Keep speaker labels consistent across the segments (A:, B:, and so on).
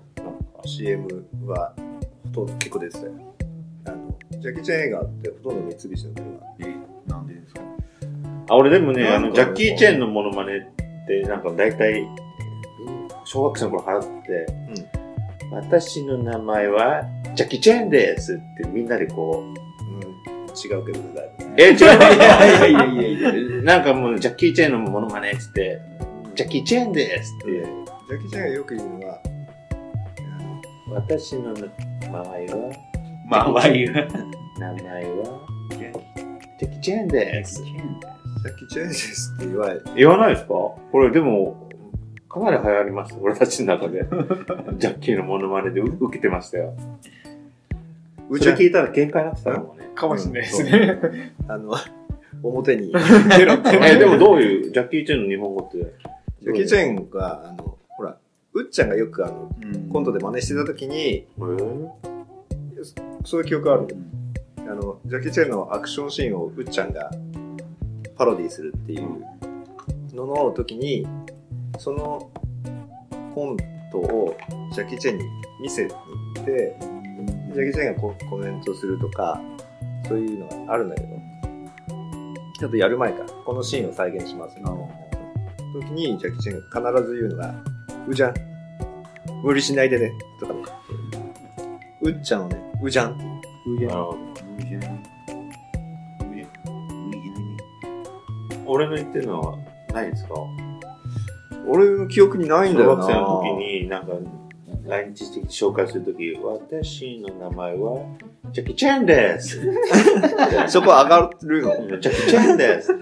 A: CM はほとんど結構出てたよ。あの、ジャッキーチェン映画ってほとんど三菱の車。
B: え、なんでですか
C: あ、俺でもね、
A: な
C: あ
A: んか
C: の、ジャッキー・チェンのモノマネって、なんか大体、小学生の頃払って、私の名前は、ジャッキー・チェンですってみんなでこう、
A: うん、違うけど、だいぶね。
C: え、違う、いや
B: いやいやいやいや。
C: なんかもう、ジャッキー・チェンのモノマネっつって、ジャッキー・チェンですって、
A: でジャッキーチェンがよく言うのは、あの
C: 私の名前は、
B: まあ、ワイが。
C: 名前は、ジャッキー・チェンです。
A: ジャッキーチェンですって言われ
C: 言わないですかこれでも、かなり流行りました。俺たちの 中で。ジャッキーのモノマネで受けてましたよ。
A: う
C: それ聞いたら限界になってたのもんね。
D: かもしれないですね。
A: あの、 表に。
C: え、でもどういう、ジャッキー・チェンの日本語って。
A: ジャッキー・チェンが、あの、ほら、うっちゃんがよくあの、コントで真似してた時に、
C: ン。
A: そういう記憶ある。あの、ジャッキー・チェンのアクションシーンをうっちゃんがパロディするっていうのの時に、そのコントをジャッキー・チェンに見せに行って、ジャッキー・チェンがココメントするとか、そういうのがあるんだけど、ちょっとやる前から、このシーンを再現しますみたいな時に、ジャッキー・チェンが必ず言うのが、うじゃん、無理しないでね、とかね。うっちゃんをね、うじゃんって
C: なるほど俺の言ってるのはないですか
A: 俺の記憶にないんだ
C: 小
A: よ
C: 学
A: な。
C: 生の時に、なんか、来日して紹介するとき、私の名前は、ジャッキー・チェン です。ジ
A: そこ上がるの。
C: ャッキー・チェンですっ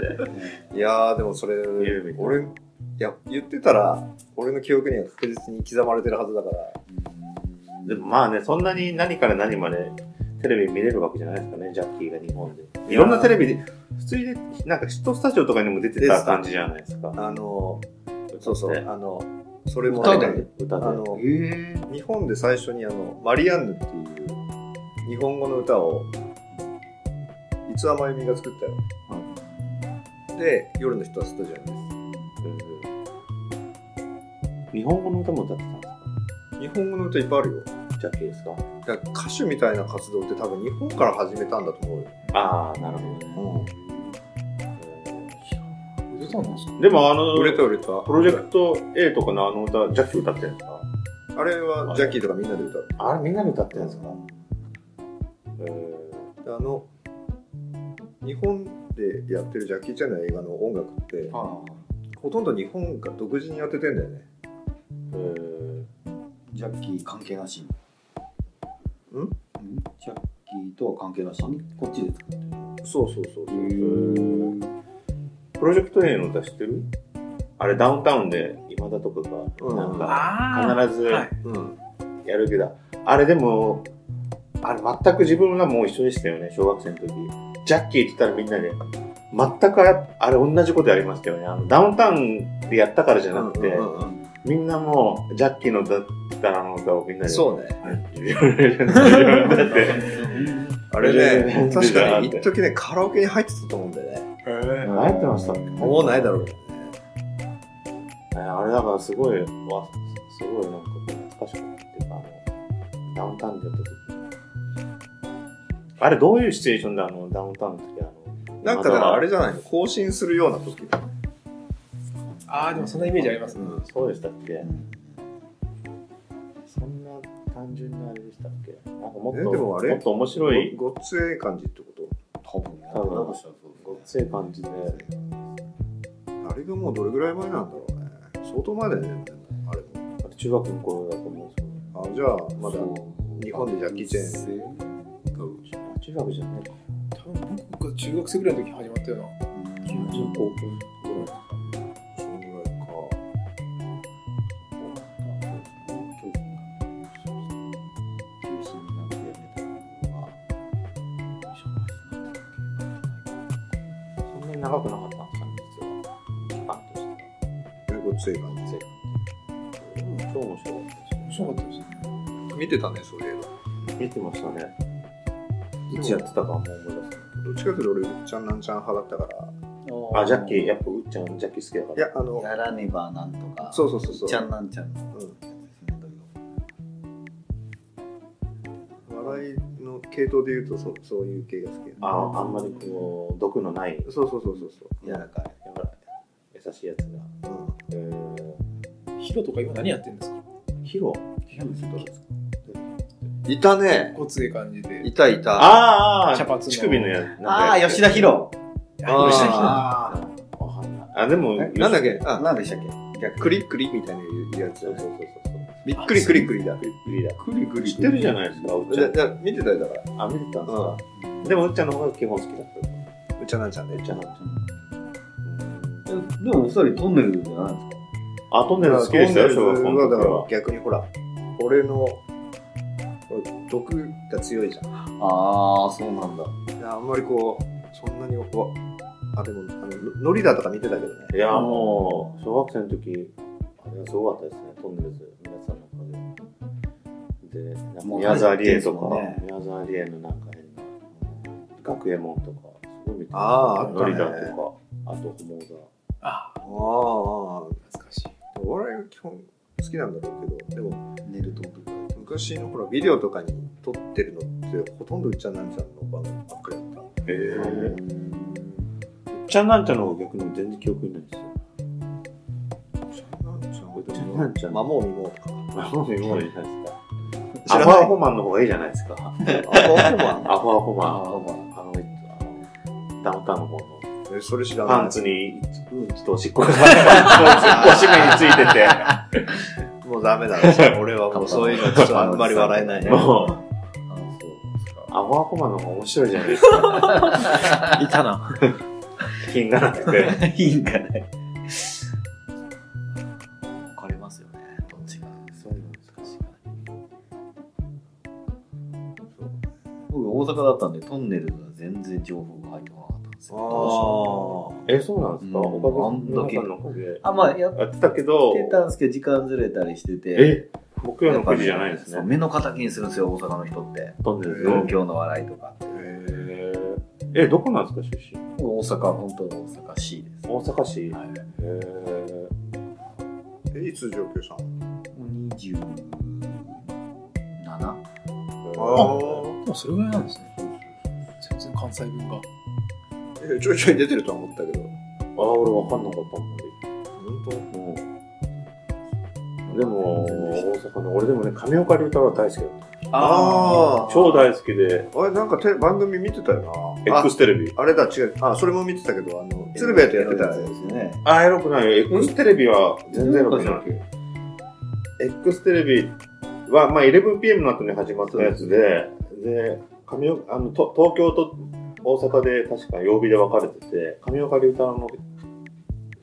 C: て。
A: いやー、でもそれ
C: るみ、たい
A: 俺、いや、言ってたら、俺の記憶には確実に刻まれてるはずだから、
C: でもまあね、そんなに何から何までテレビ見れるわけじゃないですかね、ジャッキーが日本で。いろんなテレビで、普通になんかヒットスタジオとかにも出てた感じじゃないですか。
A: あの、そうそう、
C: ね
A: あの、それも
B: 歌で
A: ね
C: 歌
A: あ
C: で。
A: の、
B: え
A: 日本で最初にあの、マリアンヌっていう日本語の歌を、いつはまゆみが作ったよ。で、夜の人はスタジオです。
C: 日本語の歌も歌ってたんです
A: 日本語の歌いっぱいあるよ。
C: かジャッキーですか
A: だから歌手みたいな活動って多分日本から始めたんだと思うよ。
C: ああ、なるほどね。
D: 出たんですか
C: でもあの、
A: 売れた売れた。
C: プロジェクト A とかのあの歌、ジャッキー歌ってるんですか
A: あれはジャッキーとかみんなで歌う。
C: あれみんなで歌ってるんですかえ
A: あの、日本でやってるジャッキー・チェンの映画の音楽って、ほとんど日本が独自にやっててんだよね。
C: ーえ
B: ジャッキー関係なしに。
A: ん
B: ジャッキーとは関係なしに、こっちで作ってる。
A: そうそうそう。
C: ープロジェクト A の歌知ってるあれダウンタウンで今田とかが、なんか、
E: あ
C: 必ず
E: は
C: や
E: い
A: うん。
C: るけど、あれでも、あれ全く自分がもう一緒でしたよね、小学生の時。ジャッキーって言ったらみんなで、全くああれ同じことやりましたよね。あのダウンタウンでやったからじゃなくて、
A: うんうんうん
C: みんなもう、ジャッキーの歌ったらの歌をみんなで。
A: そうね。
C: だって、
A: あれね、
C: 全然
A: 確かに
C: 全
A: 一
C: 然
A: 時ね、カラオケに入ってたと思うんだよね。
D: へえ
C: 流行ってましたね。
A: もうないだろうけどね。
C: えーあれだからすごい、わすごいなんかこう懐かしくなっていうか、あの、ダウンタウンでやった時あれどういうシチュエーションであの、ダウンタウンの時あの、
A: なんかだからあれ
C: ま
A: じゃないの更新するような時。
D: ああ、でもそんなイメージありますね。
C: だそうでしたっけ、そそんな単純なあれでしたっけなんかもっ
A: え
C: と、
A: でもあれ
C: もっと面白い、
A: ごごっつええ感じってこと
D: 多分ね。
C: 多分
D: なんかしたらそう
C: ごっつい感じで。
A: あれがもうどれぐらい前なんだろうね。相当前だよね、でもあれも。
C: あと中学の頃だと思うんですよね。
A: あじゃあ、まだ
D: そう
A: 日本でジャッキー・チェーン。
C: あ中学じゃないか。
D: 多分僕が中学生ぐらいの時始まったよな。
C: 中高
A: そのぐらいか。
C: そんなに長くなかったんですかね、実は。期間としては。
A: えごっつええ感じ。
C: 超面白かったで
D: 面
C: すよ
D: 白かったですね。
A: 見てたね、そういえば。
C: 見てましたね。いつやってたかはもう思い出せない
A: どっちかというと俺、うっちゃんなんちゃん派だったから。
C: あ、ジャッキー、やっぱうっちゃん、ジャッキー好きだから。
A: いや、あの、
B: やらねばなんとか。
A: そうそうそうそう
B: ちゃんなんちゃんの。
A: 笑いの系統で言うとそ、そういう系が好きだね。
C: ああんまりこう、毒のない、
A: そうそうそうそうそう。
B: 柔らかい。
C: 柔らかい優しいやつ
A: う
C: が。
A: ん
C: えー、
D: ヒロとか今何やってんですか
C: ヒロ
A: いたね。
D: ごつい感じで。
A: いたいた。
C: ああ、
D: 茶髪の
C: 乳首のやつ。
B: ああ、吉田博。
A: あー
D: 吉田ひ
C: ああ、わかんない。あ、でも、
A: なんだっけあ、
B: 何でしたっけ逆
A: クリックリみたいなやつだ
C: そう
A: ね
C: そうそうそう。
A: びっくりクリックリだ。
C: クリクリだ。
A: クリク
C: 知ってるじゃないですか、うっち
A: じ
C: ゃ
A: ゃ
C: ん
A: じ。ゃ見てたよだから。
C: あ、見てたんです
A: う
C: か。でも、うっちゃんの方が基本好きだっ
A: うっちゃんなんちゃん
C: た。う
A: ね
C: っ。ちゃんなんちゃん。
B: でもお二人トンネルじゃないんですか
C: あ、トンネル好きでしたよ、小学校
A: だ
C: の時
A: から
C: は。
A: 逆にほら、俺の、俺毒が強いじゃん。
B: ああ、そうなんだ。
A: いやあんまりこう、そんなに、わあ、でも、あの、ノリだとか見てたけどね。
C: いや、もう、小学生の時、あれはすごかったですね、トンネルズ、皆さんのおかげで。で、なんか
B: もう
C: 宮沢りえと
B: 入
C: か、
B: ってんす
C: 宮沢りえのなんか変な、学右衛門とか、すごい見てた。
A: あーあったね
C: ノリダとか、あと、ホモ
A: ああ、
D: 懐かしい。
A: お笑いが基本好きなんだろうけど、でも、
B: 寝る と
A: 昔のほら、ビデオとかに撮ってるのって、ほとんどうっちゃんなんちゃんの番組ばっかりだっ
C: ダ。ええ。うっちゃんなんちゃんの方が逆に全然記憶にないんですよ。
A: た。なんちゃん
C: うっちゃんなんちゃん。
A: マモーミモーとか。
C: あ、もういいじゃないです
A: 知
C: か。ア
A: ら
C: ホ
A: ない
C: アホマンの方がいいじゃないですか。
A: あ、マモーマン
C: アホアホマン。
B: アホアホ
C: あの、あのダウンタウンの方の。
A: えそれ知らない。
C: パンツに、うんちとおしっこが、おしめについて て、
A: もうダ メだろ。俺はもうそういうのちょっとあんまり笑えないね。
C: もう、
B: あそうですか。
C: アホアホマンの方が面白いじゃないです か。
E: いたな。
C: 品がなくて。
B: いいんかね。分かれますよね、どっちが。そういうの難しい僕、大阪だったんで、トンネルが全然情報が入ってこなかったんですよ。
A: あ
C: え、そうなんですか、
B: うん
C: おかげさん皆さんのおかげで。
B: あまあ、やっ
C: やってたけど、
B: てたんですけど、時間ずれたりしてて。
C: え、木曜の9時じゃないんです
B: そう
C: ね。
B: 目の敵にするんですよ、大阪の人って。
C: 飛んでるんです
B: 東
C: よ。
B: 京の笑いとか。
C: へーえ、どこなんですか、出身。
B: 大阪、本当の大阪 C です。
C: 大阪市。へ
B: はい。も
C: ー
A: ーえいつ上京したの
B: う27?
A: あ
D: でもそれぐらいなんですね。全然関西弁が。
A: あ。えちょいちょい出てるとは思ったけど。
C: ああ、俺わかんなかったもんね。
A: 本
C: でも、大阪の、俺でもね、上岡龍太郎は大好きだった。
A: 当あ
C: 超大好きで、
A: あ。あれ、なんかテ番組見てたよな。あ
C: X テレビ。
A: あれだ、違う。あ、それも見てたけど、あの、鶴瓶とやってた
B: やつですよね。
C: あ、エロくないよ。X テレビは全然エロくない。
B: い。
C: X テレビは、まあ、11pm の後に始まったやつで、で、上岡、あの、と東京と大阪で確か曜日で分かれてて、上岡龍太郎の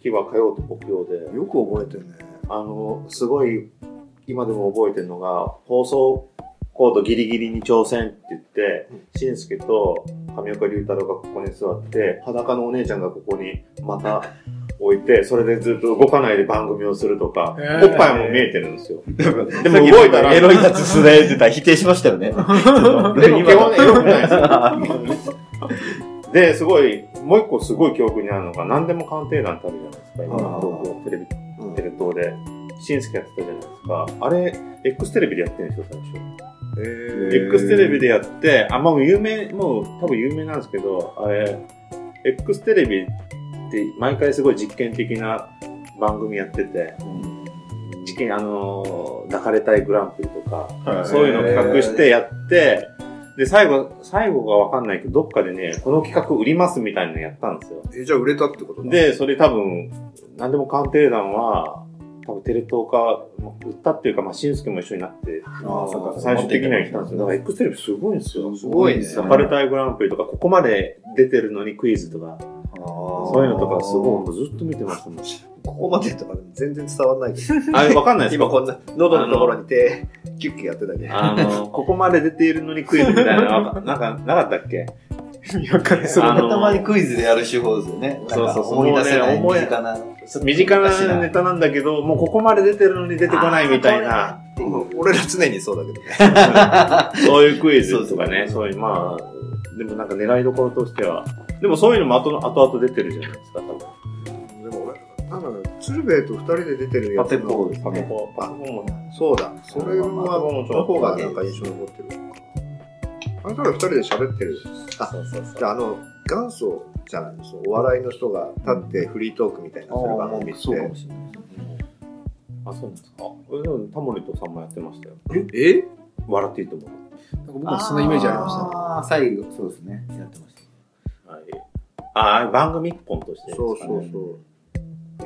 C: 日は火曜と木曜で、
A: よく覚えてるね。
C: あの、すごい、今でも覚えてるのが、放送コードギリギリに挑戦って言って、しんすけと上岡龍太郎がここに座って、裸のお姉ちゃんがここにまた置いて、それでずっと動かないで番組をするとか、
D: へー
C: おっぱいも見えてるんですよ。
B: で
C: でも動いたら、
B: エロいやつすねってたら否定しました よね。
C: でも基本エロくないですよ。で、すごい、もう一個すごい記憶にあるのが、何でも鑑定団ってあるじゃないですか、今の東京テレビ
A: うん
C: テレ東で、しんすけやってたじゃないですか。あれ、X テレビでやってるんですよ、最初。
A: え
C: X テレビでやって、あ、もう有名、もう多分有名なんですけど、あれ、X テレビって毎回すごい実験的な番組やってて、実期にあの、抱かれたいグランプリとか、
A: はい
C: そういうのを企画してやって、で、最後、最後がわかんないけど、どっかでね、この企画売りますみたいなのやったんですよ。
A: え、じゃあ売れたってことだ、
C: で、それ多分、なんでも鑑定団は、多分テレ東か、まあ売ったっていうか、まあ、しんすけも一緒になって、
A: ああ、そっか、
C: 最終的には来たんですよ。だから X テレビすごいんですよ。
A: すごいね
C: サパルタイグランプリとか、ここまで出てるのにクイズとか、そういうのとかすごい、もうずっと見てま したもん。
A: ここまでとかでも全然伝わんないけど。
C: あれ、わかんないです
A: 今
C: か
A: こんな、喉のところに手、キュッキュやってたけど。
C: あの、ここまで出ているのにクイズみたいなのわか、 なんか、なかったっけ
B: それ
C: あの
B: たまにクイズでやる手法ですよね。
C: そうそうそう
B: なんか思い出せない
C: もうね
B: 身近な。
C: 身近なネタなんだけど、もうここまで出てるのに出てこないみたいな。
A: うん俺ら常にそうだけどね。
C: そういうクイズとかね、そういう、まあ、でもなんか狙いどころとしては。でもそういうのも後の後々出てるじゃないですか、多 分。
A: でも俺、なんか、鶴瓶と二人で出てるや
B: パ
A: つ
B: テ
A: の。
B: ポーですね。
C: こうパソコンもね
A: そうだ。それは、の方がなんか印象に残ってる。あれから二人で喋ってる。あ、
C: そうそうそう
A: じゃああの、元祖じゃないですお笑いの人が立ってフリートークみたいなする番組って。
F: そうかもしれない。
C: あ、そうなんですか。俺でもタモリとさんもやってましたよ。
A: え
C: 笑っていいと思う。
E: なんか僕もそんなイメージありました。
B: ああ、最後、そうですね。やってました。
C: はい。ああ、番組一本として、
A: そうそうそう。
C: う。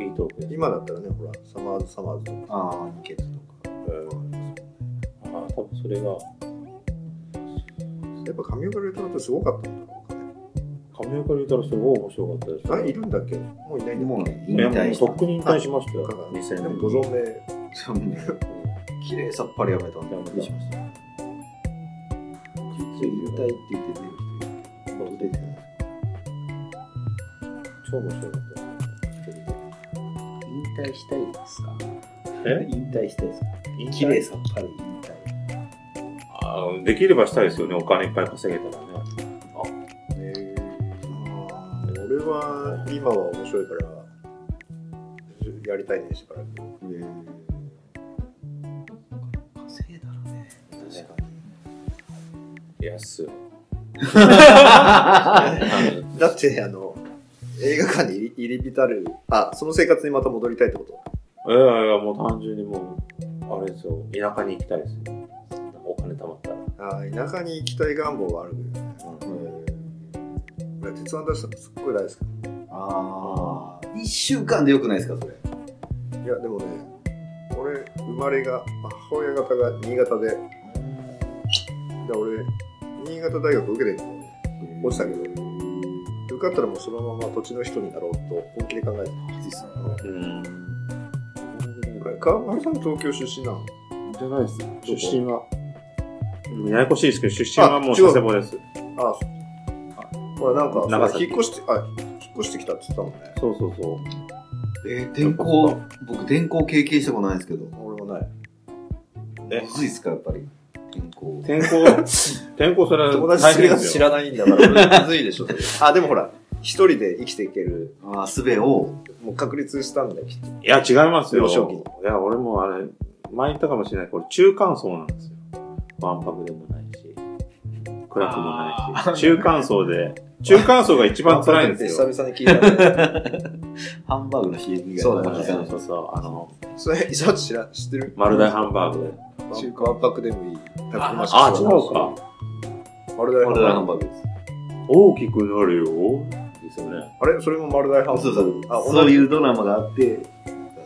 C: いいトークです。
A: 今だったらね、ほら、サマーズサマーズとか。
B: ああ、二ケツとか。
C: ああ、多分それが、
A: やっぱ神岡龍太郎ってすごかったんだろうかね。
C: 神岡龍太郎すごい面白かったです。
A: あれいるんだっけもういないんだっ
B: もうね、
C: い
B: 引
C: や、も
B: 退
C: う
B: した
C: とっくに引退しましたよ。
A: け
C: 2000
A: でも
C: 年
A: ご存命。
B: そうね。綺麗さっぱりやめたんで、
C: やめた
B: びっくりしました。引退って言って出る人いるけど出てない。
C: 超面白かったよ。
B: 引退したいですか
C: え
B: 引退したいですか
C: 引退
B: 綺麗さっぱり引退。
C: あーできればしたいですよね、お金いっぱい稼げたらね。
A: あー俺は今は面白いからやりたいねしばらく
B: 稼いだろうね。確か に。
C: 安い。
A: だってあの映画館に入り入り浸るあその生活にまた戻りたいってこと
C: いやいや、もう単純にもう、あれですよ、田舎に行きたいですね。お金貯まったら。
A: あー田舎に行きたい願望はあるけどね俺鉄腕ダッシュすっごい大好き
B: ああ。一週間でよくないですかそれ。
A: いやでもね俺生まれが母親方が新潟でで俺新潟大学受けてるのね落ちたけど受かったらもうそのまま土地の人になろうと本気で考えてる
C: うん。
A: 俺川村さん東京出身なの
G: じゃないですよ。
C: 出身はややこしいですけど、出身はもう佐世保です。
A: ああほらなんか
C: 長
A: そ
C: 崎
A: れ引っ越してあ引っ越してきたって言ってたもんね
C: そうそうそう。
B: えー、転校、僕転校経験したことないんですけど。
A: 俺もない
C: え
B: むずいっすかやっぱり。転校。
C: 転 校、転校それ
A: 友
C: は
A: 達
C: 大
A: する
C: 変
A: や
C: で
A: つ
C: す
A: 知
C: よ。
A: らないんだからむずいでしょそれあでもほら一人で生きていける
B: ああ、すべを。
A: もう確立したんだよきっと
C: いや、違いますよ。
A: 幼少期
C: いや、俺もあれ、前言ったかもしれないけど、俺中間層なんですよ。わんぱくでもないし、暗くもないし、中間層で、中間層が一番辛い んですよ。
A: 久々に聞いたね
B: ハンバーグの CM 以
A: そう
B: 外
A: だね
B: の話
C: そ
B: か
C: うそうそう、あの、
A: それ伊沢知ら知ってる
C: 丸大ハンバーグ。
A: 中華万博でもいい。
C: あ、違うか。
A: 丸大
B: 俺らハ
A: ハ
B: ン
A: ンバーグ。
B: バーグです。
C: 大きくなるよ。ですよね。
A: あれそれも丸大ハンバーグ。
B: そうそう。
A: あ、。
B: そういううドラマがあって、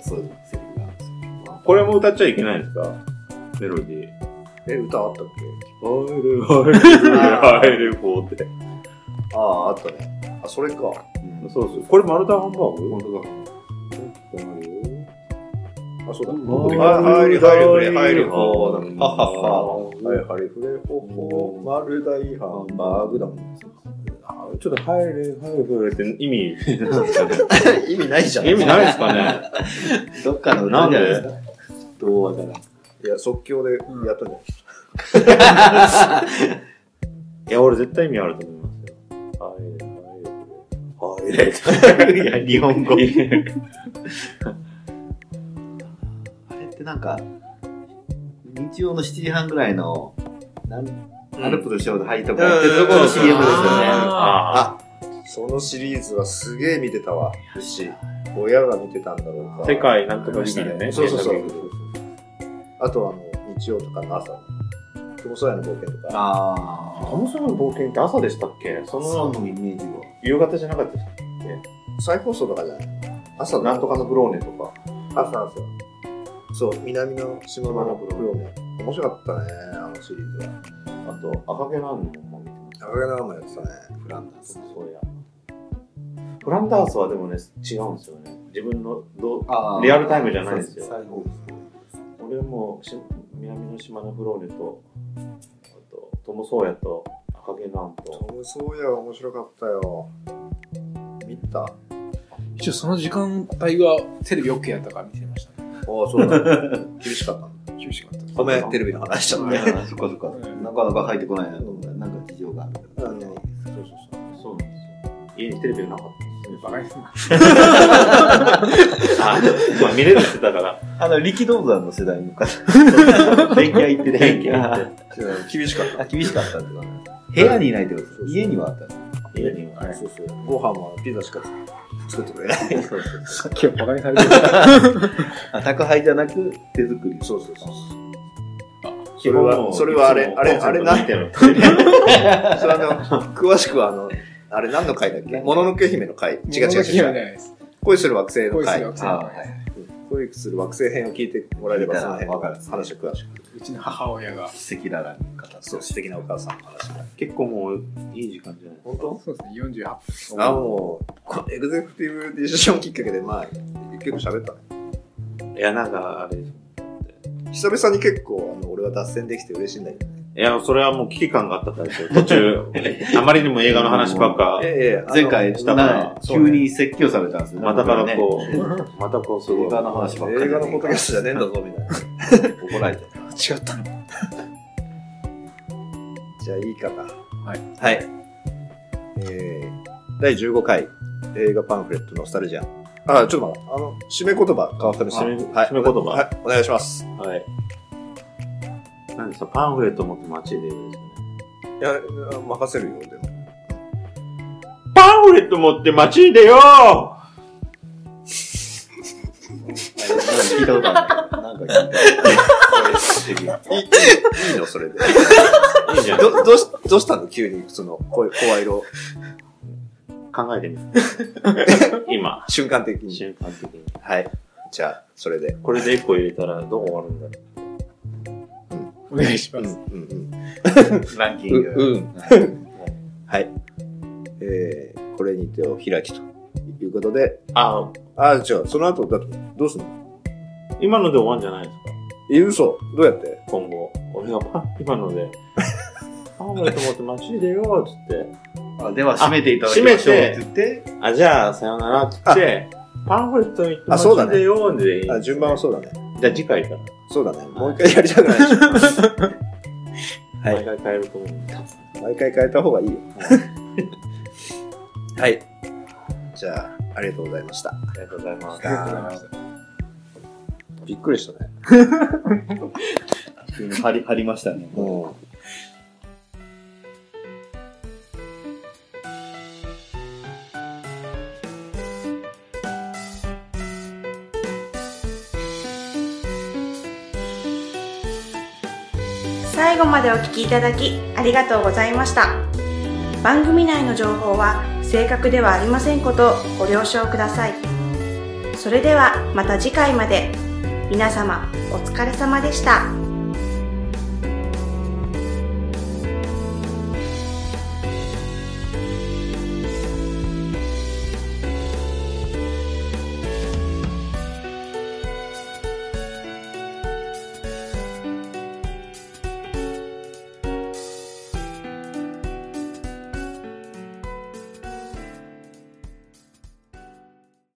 B: そういうセリフがあるんです
C: これも歌っちゃいけないんですかメロディー。
A: え、歌あったっ
C: 入る、入る、入る、こうって。
A: けああ、あったね。あ、それか。
B: よ。
C: そうそう。これ丸太ハンバーグ
B: 本当だ。
C: 大きくなるよ。
A: あ、そうだ。
C: あ
A: 入る、入る、入る、入る。
C: ほ
A: は
C: ー
A: い、はい、ふれ、ほほ、丸大ハンバーグだもん。
C: あちょっと入る、入る、入るって意味なんですかね。
A: 意味ないじゃん。
C: 意味ないですかね。
B: どっかの歌じゃないですか。どうわからん。
A: いや、即興でやったんじゃない
C: いや、俺絶対意味あると思いますよ。入れ、入れ、入れ。いや、日本語。
B: あれってなんか、日曜の7時半ぐらいの、なんアルプのショーで入ったかやってるところの CM ですよね。
C: あ
A: あ、そのシリーズはすげえ見てたわ。し、親が見てたんだろうか。
C: 世。界なんとかリビでね。
A: そうそうそう
C: 検索
A: あとはあの日曜とかの朝の「クモソヤの冒険」とか
B: あ
C: トムソの冒険って朝でしたっけその
B: イメージは。
C: 夕方じゃなかったっ
A: 再放送とかじゃない
C: け
A: 朝
C: なんとかのブローネとか。
A: 朝朝そう南の島のブローネ面白かったねあのシリーズは
C: あと、赤毛ランのも見てま
A: 長毛なもやってたね
C: すフランダース。そうや。フランダースはでもね、違うんですよね。自分のどう
B: あ
C: リアルタイムじゃないですよ。
B: 最後
C: 俺もし南の島のフローネと、あと、トム・ソーヤと赤毛ランと、
A: トム・ソーヤは面白かったよ見たあ
E: 一応その時間帯がテレビ OK やったから見てましたね。
A: あそうだ 厳しかった
E: 厳しかったです。
H: ごめん、テレビの話しちゃっ
E: う
H: た
E: ん。
B: そっかそっか
E: うん
B: なかなか入ってこないなと思ったら、なんか事情がある。
A: あのそうそうそう
C: そうなんですよ。家にテレビがなかったんです
E: バ
C: よ
E: カにすんな。
C: あ まあ見れるって言ってたから、
B: あの、力道山の世代の方。
C: 電気屋行って電気屋行って。
H: 厳しかった。
B: あ、厳しかったんですかね。部屋にいないってことです
A: そう
B: 家にはあったんです
C: 家には
A: そうそうご飯はピザしか作ってくれない
E: さっきは バカにされてた。
B: あ宅配じゃなく手作り。
A: そうそうそう
C: 基本もう
A: それはそれはあれ
C: いつも
A: あれあれ
C: コンセプトになってる
A: それあの詳しくはあのあれ何の回だっけもののけ姫の回違う違う
E: 違うじゃ
A: 違
E: な
A: う
E: いです。
A: 恋する惑星の
E: 恋す
A: 回
E: る惑星の会
A: 恋する惑星編を聞いてもらえればその辺の
B: わかる
A: 話を詳しく
E: うちの母親が。
B: 素敵だな、方。
A: そう素敵なお母さんの話
C: 結構もういい時間じゃない
A: 本当
E: そうですね、48分。
A: あもうこのエグゼクティブディシジョンきっかけでまあ結構喋ったね
C: いや、なんかあれ、い
A: 久々に結構あの俺は脱線できて嬉しいんだけど
C: や、それはもう危機感があったからですよ。途中、 あまりにも映画の話ばっか、
A: いやいやあの
B: 前回、
C: 下から
B: な急に説教されたんですよ。
C: またから
B: ね
C: こ う、またこうすごい。
B: 映画の話ばっかり
A: 映画のポッドキャストじゃねえんだぞみたいな
B: 怒られて。
E: 違ったの。
A: じゃあいいかな
E: はい
A: はいえー、第15回映画パンフレットノスタルジアあちょっと待ってあの締め言葉川上さん
C: 締め
A: はい
C: 締め言葉
A: はいお願いします
C: はい。なんですか、パンフレット持って街で映画ですよね。
A: いや任せるよでも
C: パンフレット持って 街でよ
B: 聞いたことある。なんか聞い
A: いいいいの それで
C: い いじゃん。
A: どどうしどうしたの急にその声声色
C: 考えてみる。今、
A: 瞬間的に
C: 瞬間的に。
A: はいじゃあそれで
C: これで一個入れたらどう終わるんだろ
E: お願いし
A: う
E: ま
A: んう
E: す。
A: ん
C: う。ランキ
A: うんう
C: ング。
A: んはいえー、これに手を開きということで
C: あ、
A: あ違うその後だとどうすんの
C: 今ので終わるんじゃないですか
A: え嘘どうやって
C: 今後。俺がパン、今の で。パンフレット持って街でよつって。
B: た。あでは、締めていただきましょう。って言って、
C: あ、じゃあ、さよならつって。パンフレット持って
A: あそうだね
C: 街でよでいい
A: あ順番はそうだね
C: じゃあ次回から。
A: そうだねもう一回やりたくないしはい
C: 毎回変えると思うんで。
A: 毎回変えた方がいいよはいじゃあありがとうございました
C: ありがとうございます。
E: ありがとうございました。
A: びっくりしたね
B: 急に張り張りましたね。
A: うん
I: 最後までお聞きいただきありがとうございました番組内の情報は正確ではありませんことをご了承くださいそれではまた次回まで皆様お疲れ様でした。